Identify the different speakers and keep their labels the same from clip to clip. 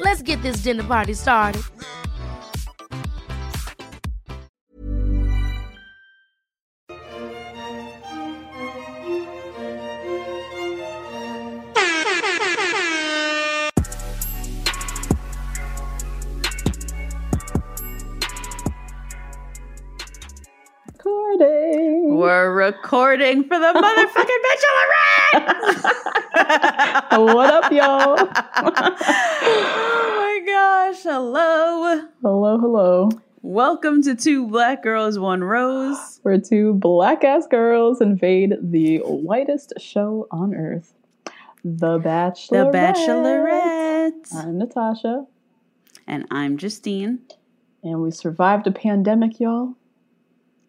Speaker 1: Let's get this dinner party started.
Speaker 2: Recording.
Speaker 3: We're recording for the motherfucking Bachelorette.
Speaker 2: what up, y'all?
Speaker 3: oh my gosh! Hello.
Speaker 2: Hello, hello.
Speaker 3: Welcome to Two Black Girls One Rose.
Speaker 2: We're two black ass girls invade the whitest show on earth, The
Speaker 3: The
Speaker 2: Bachelor.
Speaker 3: Bachelorette.
Speaker 2: I'm Natasha,
Speaker 3: And I'm Justine.
Speaker 2: and we survived a pandemic, y'all.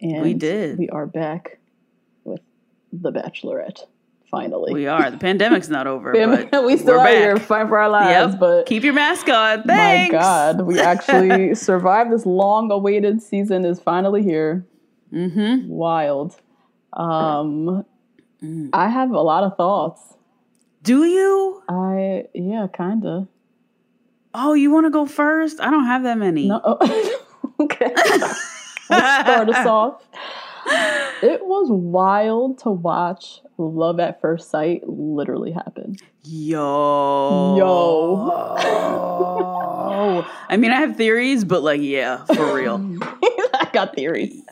Speaker 2: And
Speaker 3: We did.
Speaker 2: We are back with The Bachelorette, finally.
Speaker 3: We are. The pandemic's not over, but
Speaker 2: we still
Speaker 3: we're
Speaker 2: out
Speaker 3: back.
Speaker 2: here fighting for our lives,
Speaker 3: Yep.
Speaker 2: but
Speaker 3: Keep your mask on. Thanks.
Speaker 2: My God, we actually survived this long-awaited season is finally here.
Speaker 3: Mm-hmm.
Speaker 2: Wild. Um,
Speaker 3: Mm.
Speaker 2: I have a lot of thoughts.
Speaker 3: Do you?
Speaker 2: I yeah, kinda.
Speaker 3: Oh, you want to go first? I don't have that many.
Speaker 2: No, oh, okay. Let's start us off. It was wild to watch love at first sight literally happen.
Speaker 3: Yo. Yo. I mean, I have theories, but like, yeah, for real.
Speaker 2: I got theories.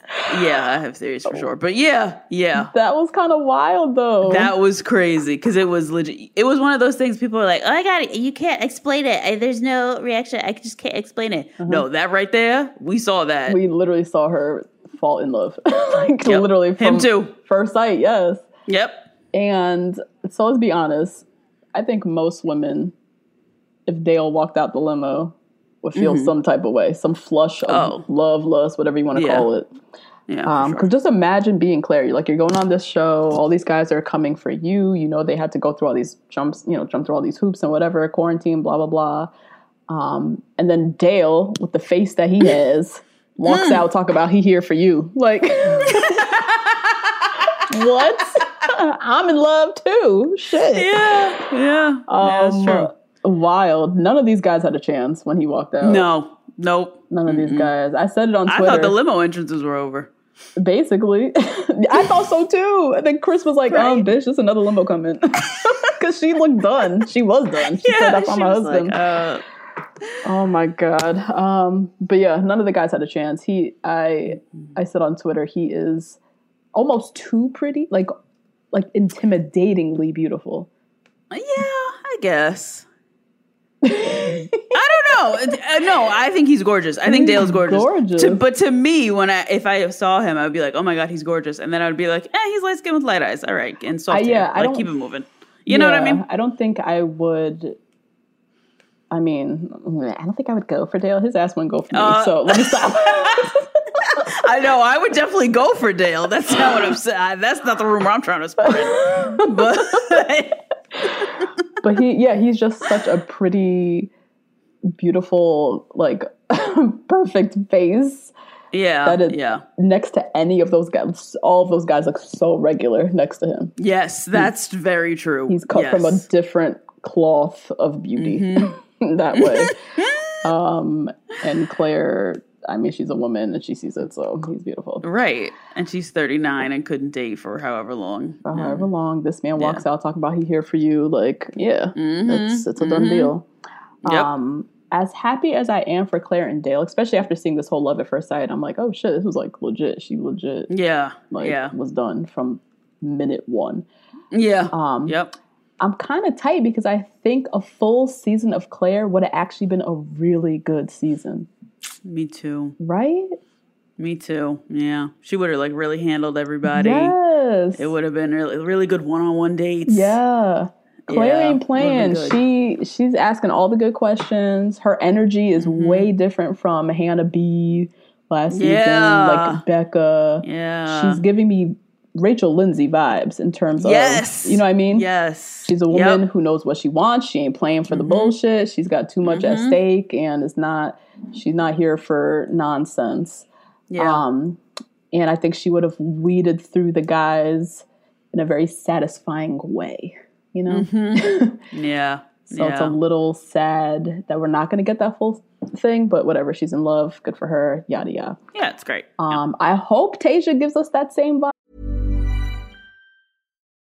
Speaker 3: yeah, I have theories
Speaker 2: Oh.
Speaker 3: for sure. But yeah, yeah.
Speaker 2: That was kind of wild though.
Speaker 3: That was crazy because it was legit. It was one of those things people are like, oh, I got it. You can't explain it. I, there's no reaction. I just can't explain it. No, that right there, we saw that.
Speaker 2: Uh-huh. we literally saw her fall in love. like
Speaker 3: Yep.
Speaker 2: literally from
Speaker 3: Him too.
Speaker 2: First sight, yes.
Speaker 3: Yep.
Speaker 2: And so let's be honest, I think most women, if Dale walked out the limo, would feel some type of way, some flush of
Speaker 3: Mm-hmm. Oh.
Speaker 2: love, lust, whatever you want to
Speaker 3: Yeah.
Speaker 2: call it.
Speaker 3: Yeah. for
Speaker 2: Um, 'cause
Speaker 3: sure.
Speaker 2: just imagine being Claire. Like you're going on this show, all these guys are coming for you. You know they had to go through all these jumps, you know, jump through all these hoops and whatever, quarantine, blah blah blah. Um, and then Dale with the face that he has
Speaker 3: Mm.
Speaker 2: walks out, talk about he here for you. Like what? I'm in love too. Shit.
Speaker 3: Yeah. Yeah. yeah, that's
Speaker 2: Um,
Speaker 3: true.
Speaker 2: Wild. None of these guys had a chance when he walked out.
Speaker 3: No. Nope.
Speaker 2: None of these guys. I said it on
Speaker 3: I
Speaker 2: Twitter.
Speaker 3: thought the limo entrances were over.
Speaker 2: Basically, I thought so too. And then Chris was like, "Um, bitch, there's another limo coming," because she looked done. She was done. She said that for
Speaker 3: she
Speaker 2: my
Speaker 3: was like,
Speaker 2: husband.
Speaker 3: uh,
Speaker 2: oh my god. Um, but yeah, none of the guys had a chance. He, I,
Speaker 3: Mm-hmm.
Speaker 2: I said on Twitter, he is almost too pretty, like, like intimidatingly beautiful.
Speaker 3: yeah, I guess. I don't know. Uh, No, I think he's gorgeous. I think
Speaker 2: He's
Speaker 3: Dale's gorgeous.
Speaker 2: gorgeous.
Speaker 3: To- but to me, when I if I saw him, I would be like, oh my god, he's gorgeous, and then I would be like, eh, he's light skinned with light eyes. All right, and soft.
Speaker 2: I-
Speaker 3: hair.
Speaker 2: yeah, I
Speaker 3: like
Speaker 2: don't-
Speaker 3: keep it moving. You know what I
Speaker 2: Yeah,
Speaker 3: mean?
Speaker 2: I don't think I would. I mean, I don't think I would go for Dale. His ass wouldn't go for me.
Speaker 3: Uh,
Speaker 2: so let me stop.
Speaker 3: I know. I would definitely go for Dale. That's not what I'm saying. That's not the rumor I'm trying to spread. but
Speaker 2: but he yeah he's just such a pretty beautiful like perfect face
Speaker 3: yeah,
Speaker 2: That is-
Speaker 3: yeah.
Speaker 2: next to any of those guys all of those guys look so regular next to him
Speaker 3: Yes, that's very true.
Speaker 2: he's cut from a
Speaker 3: Yes.
Speaker 2: different cloth of beauty that way um and claire i mean she's a woman and she sees it so he's beautiful
Speaker 3: Right. And she's 39 and couldn't date for however long.
Speaker 2: For however long this man
Speaker 3: Mm-hmm.
Speaker 2: walks out talking about he here for you like yeah it's it's a done deal
Speaker 3: Yep.
Speaker 2: um as happy as I am for Claire and Dale, especially after seeing this whole love at first sight, I'm like, oh shit, this was like legit. She legit
Speaker 3: Mm-hmm. Yeah.
Speaker 2: like
Speaker 3: yeah.
Speaker 2: was done from minute one.
Speaker 3: Yeah.
Speaker 2: Um,
Speaker 3: yep.
Speaker 2: I'm kind of tight because I think a full season of Claire would have actually been a really good season,
Speaker 3: Me too.
Speaker 2: right?
Speaker 3: Me too. Yeah. She would have like really handled everybody.
Speaker 2: Yes,
Speaker 3: It would have been really, really good one-on-one dates.
Speaker 2: Yeah. Claire
Speaker 3: Yeah,
Speaker 2: ain't playing.
Speaker 3: would've
Speaker 2: She she's asking all the good questions. Her energy is way different from Hannah B last
Speaker 3: Mm-hmm. Yeah.
Speaker 2: season, like Becca.
Speaker 3: Yeah.
Speaker 2: She's giving me Rachel Lindsay vibes in terms of
Speaker 3: Yes.
Speaker 2: you know what I mean?
Speaker 3: yes.
Speaker 2: She's a
Speaker 3: Yep. Mm-hmm.
Speaker 2: woman who knows what she wants. She ain't playing for the bullshit. She's got too much at stake and it's not she's not here for nonsense.
Speaker 3: Yeah.
Speaker 2: Um, and I think she would have weeded through the guys in a very satisfying way, you know?
Speaker 3: yeah.
Speaker 2: So
Speaker 3: Mm-hmm. yeah.
Speaker 2: it's a little sad that we're not going to get that full thing, but whatever. She's in love. Good for her. Yada, yada.
Speaker 3: yeah, it's great.
Speaker 2: Um, I hope Tasia gives us that same vibe.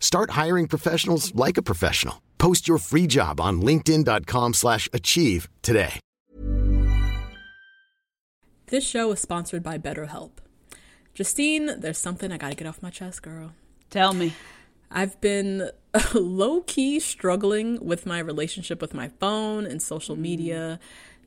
Speaker 4: Start hiring professionals like a professional. Post your free job on linkedin.com/achieve slash achieve today.
Speaker 5: This show is sponsored by BetterHelp. Justine, there's something I gotta get off my chest, girl.
Speaker 3: Tell me.
Speaker 5: I've been low key struggling with my relationship with my phone and social media,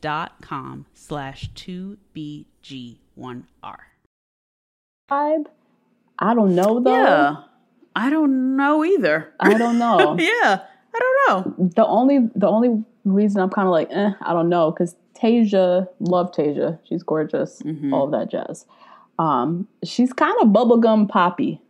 Speaker 3: dot com slash 2bg1r.
Speaker 2: I don't know though.
Speaker 3: I don't know either.
Speaker 2: I don't know.
Speaker 3: yeah, I don't know.
Speaker 2: the only the only reason I'm kind of like eh, I don't know because Tasia love Tasia she's gorgeous
Speaker 3: Mm-hmm.
Speaker 2: all of that jazz um she's kind of bubblegum poppy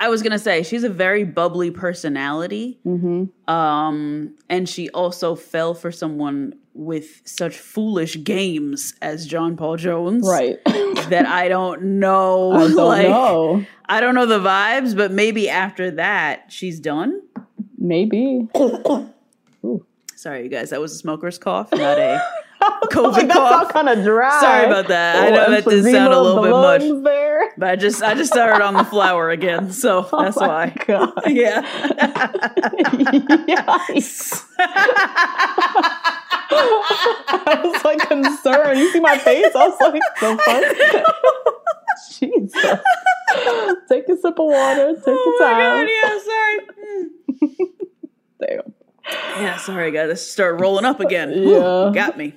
Speaker 3: I was gonna say she's a very bubbly personality,
Speaker 2: Mm-hmm.
Speaker 3: um, and she also fell for someone with such foolish games as John Paul Jones,
Speaker 2: right I
Speaker 3: That I don't know.
Speaker 2: don't
Speaker 3: like,
Speaker 2: know
Speaker 3: I don't know the vibes, but maybe after that she's done.
Speaker 2: maybe
Speaker 3: Sorry, you guys, that was a smoker's cough, not a COVID
Speaker 2: that's all
Speaker 3: cough.
Speaker 2: kind of dry Oh,
Speaker 3: Sorry about that. I know that did sound a
Speaker 2: emphysema of
Speaker 3: little
Speaker 2: the
Speaker 3: bit much,
Speaker 2: lungs there
Speaker 3: but I just I just started on the flower again, so that's
Speaker 2: Oh my
Speaker 3: why.
Speaker 2: God.
Speaker 3: Yeah.
Speaker 2: Yikes. I was like concerned. You see my face? I was like, the fuck? Jesus. Take a sip of water. Take
Speaker 3: Oh
Speaker 2: your time.
Speaker 3: my god, yeah, sorry. Mm.
Speaker 2: Damn.
Speaker 3: Yeah, sorry, guys. This started rolling up again.
Speaker 2: Yeah.
Speaker 3: Ooh, got me.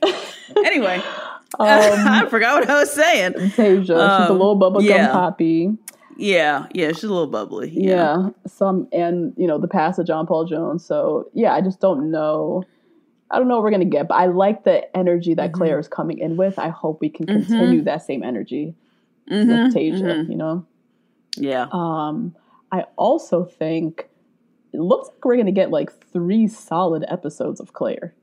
Speaker 3: Anyway,
Speaker 2: Um,
Speaker 3: I forgot what I was saying.
Speaker 2: Tasia, she's a
Speaker 3: Um,
Speaker 2: little bubblegum
Speaker 3: yeah.
Speaker 2: poppy.
Speaker 3: Yeah, yeah, she's a little bubbly.
Speaker 2: Yeah. Some and you know the past of John Paul Jones. So yeah, I just don't know. I don't know what we're gonna Mm-hmm. get, but I like the energy that Claire is coming in with. I hope we can continue that same energy with Tasia, you know?
Speaker 3: Mm-hmm, Yeah.
Speaker 2: Um, I also think it looks like we're gonna get like three solid episodes of Claire.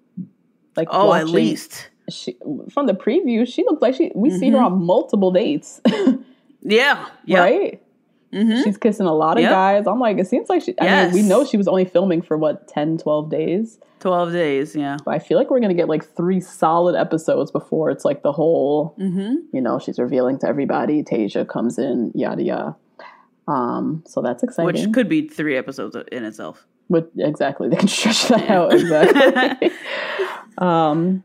Speaker 2: Like
Speaker 3: oh, at
Speaker 2: watching-
Speaker 3: least.
Speaker 2: she, from the preview, she looked like she we see her
Speaker 3: Mm-hmm.
Speaker 2: on multiple dates,
Speaker 3: Yeah. Yeah.
Speaker 2: right? She's kissing a lot of
Speaker 3: Mm-hmm. Yep.
Speaker 2: guys. I'm like, it seems like she, I mean, we
Speaker 3: Yes.
Speaker 2: know she was only filming for what 10, 12 days,
Speaker 3: Twelve days. Yeah.
Speaker 2: but I feel like we're gonna get like three solid episodes before it's like the whole,
Speaker 3: Mm-hmm.
Speaker 2: you know, she's revealing to everybody. Tasia comes in, yada yada. Um, so that's exciting.
Speaker 3: Which could be three episodes in itself.
Speaker 2: But exactly, they can stretch that out exactly. um,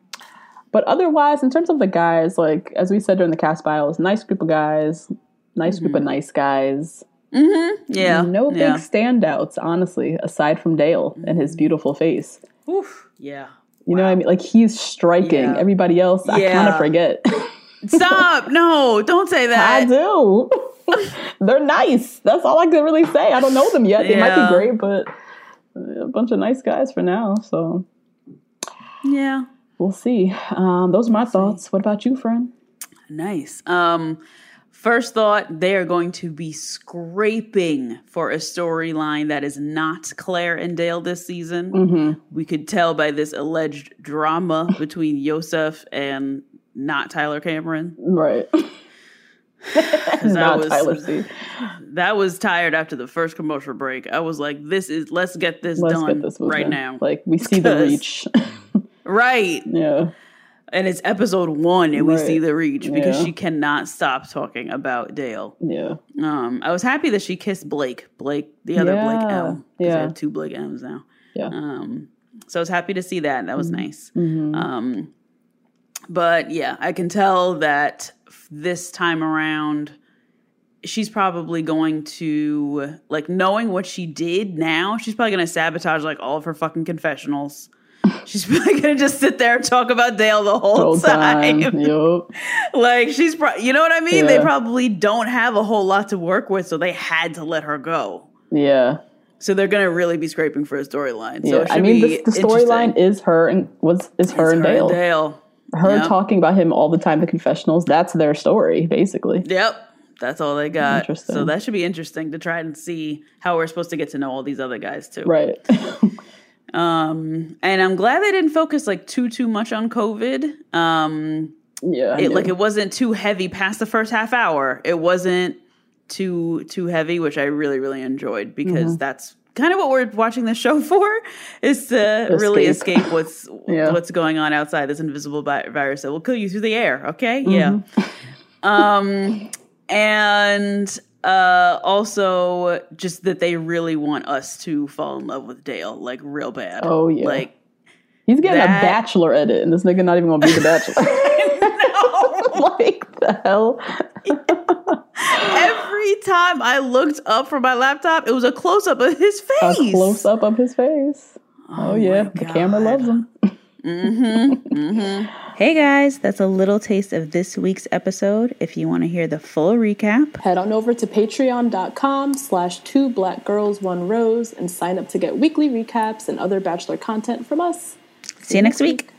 Speaker 2: but otherwise, in terms of the guys, like as we said during the cast bios, nice group of guys, nice group of nice guys.
Speaker 3: Mm-hmm. Yeah.
Speaker 2: no big
Speaker 3: yeah. Mm-hmm.
Speaker 2: standouts, honestly, aside from Dale and his beautiful face.
Speaker 3: Oof. Yeah.
Speaker 2: You know what I mean? Like he's striking.
Speaker 3: Yeah.
Speaker 2: Everybody else, I kind
Speaker 3: Yeah.
Speaker 2: of forget.
Speaker 3: Stop! No, don't say
Speaker 2: I
Speaker 3: that.
Speaker 2: do. They're nice. That's all I can really say. I don't know them yet. They might
Speaker 3: Yeah.
Speaker 2: be great, but uh, a bunch of nice guys for now. So
Speaker 3: Yeah.
Speaker 2: We'll see. Um, those are my thoughts. What about you, friend?
Speaker 3: Nice. Um, first thought, they are going to be scraping for a storyline that is not Claire and Dale this season.
Speaker 2: Mm-hmm.
Speaker 3: We could tell by this alleged drama between Yosef and not Tyler Cameron.
Speaker 2: Right.
Speaker 3: 'Cause
Speaker 2: Not
Speaker 3: I
Speaker 2: Tyler
Speaker 3: was
Speaker 2: C.
Speaker 3: that was tired after the first commercial break. I was like, this is let's get this
Speaker 2: Let's
Speaker 3: done
Speaker 2: get this moving.
Speaker 3: right now.
Speaker 2: Like we see the
Speaker 3: 'Cause-
Speaker 2: reach.
Speaker 3: right.
Speaker 2: yeah.
Speaker 3: And it's episode one and we
Speaker 2: Right.
Speaker 3: see the reach because
Speaker 2: Yeah.
Speaker 3: she cannot stop talking about Dale.
Speaker 2: Yeah.
Speaker 3: Um, I was happy that she kissed Blake, Blake, the other Blake
Speaker 2: Yeah,
Speaker 3: M. Yeah,
Speaker 2: yeah.
Speaker 3: I have two Blake M's now.
Speaker 2: Yeah.
Speaker 3: Um, so I was happy to see that. That was nice.
Speaker 2: Mhm.
Speaker 3: Um, but yeah, I can tell that f- this time around, she's probably going to like knowing what she did now. She's probably going to sabotage like all of her fucking confessionals. She's probably gonna just sit there and talk about Dale the whole,
Speaker 2: Whole time.
Speaker 3: time
Speaker 2: Yup.
Speaker 3: like she's pro- you know what i mean they
Speaker 2: Yeah.
Speaker 3: probably don't have a whole lot to work with so they had to let her go
Speaker 2: Yeah.
Speaker 3: so they're gonna really be scraping for a storyline so
Speaker 2: yeah.
Speaker 3: it should
Speaker 2: I mean,
Speaker 3: be
Speaker 2: the, the storyline is her and was is her and Dale.
Speaker 3: dale
Speaker 2: Her
Speaker 3: Yep.
Speaker 2: talking about him all the time. The confessionals. That's their story, basically.
Speaker 3: yep that's all they got
Speaker 2: Interesting.
Speaker 3: so that should be interesting to try and see how we're supposed to get to know all these other guys too
Speaker 2: Right.
Speaker 3: um and i'm glad they didn't focus like too too much on covid um
Speaker 2: yeah. I knew.
Speaker 3: it like it wasn't too heavy past the first half hour. It wasn't too too heavy, which I really really enjoyed because
Speaker 2: Mm-hmm.
Speaker 3: that's kind of what we're watching this show for is to really
Speaker 2: Escape.
Speaker 3: escape what's
Speaker 2: Yeah.
Speaker 3: what's going on outside this invisible bi- virus that will kill you through the air. Okay, yeah.
Speaker 2: Mm-hmm.
Speaker 3: Um, and uh, also just that they really want us to fall in love with Dale like real bad.
Speaker 2: Oh, yeah.
Speaker 3: like.
Speaker 2: He's getting
Speaker 3: that-
Speaker 2: a bachelor edit, and this nigga not even gonna be the bachelor. like the hell.
Speaker 3: Every time I looked up from my laptop, it was a close up of his
Speaker 2: A
Speaker 3: face.
Speaker 2: close up of his face. Oh, yeah, the camera loves him.
Speaker 3: Hey guys, that's a little taste of this week's episode. If you want to hear the full recap,
Speaker 6: Head on over to patreon.com slash two black girls one rose and sign up to get weekly recaps and other bachelor content from us.
Speaker 3: see you next week.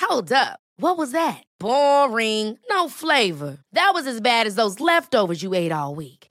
Speaker 1: Hold up. What was that? Boring. No flavor. That was as bad as those leftovers you ate all week.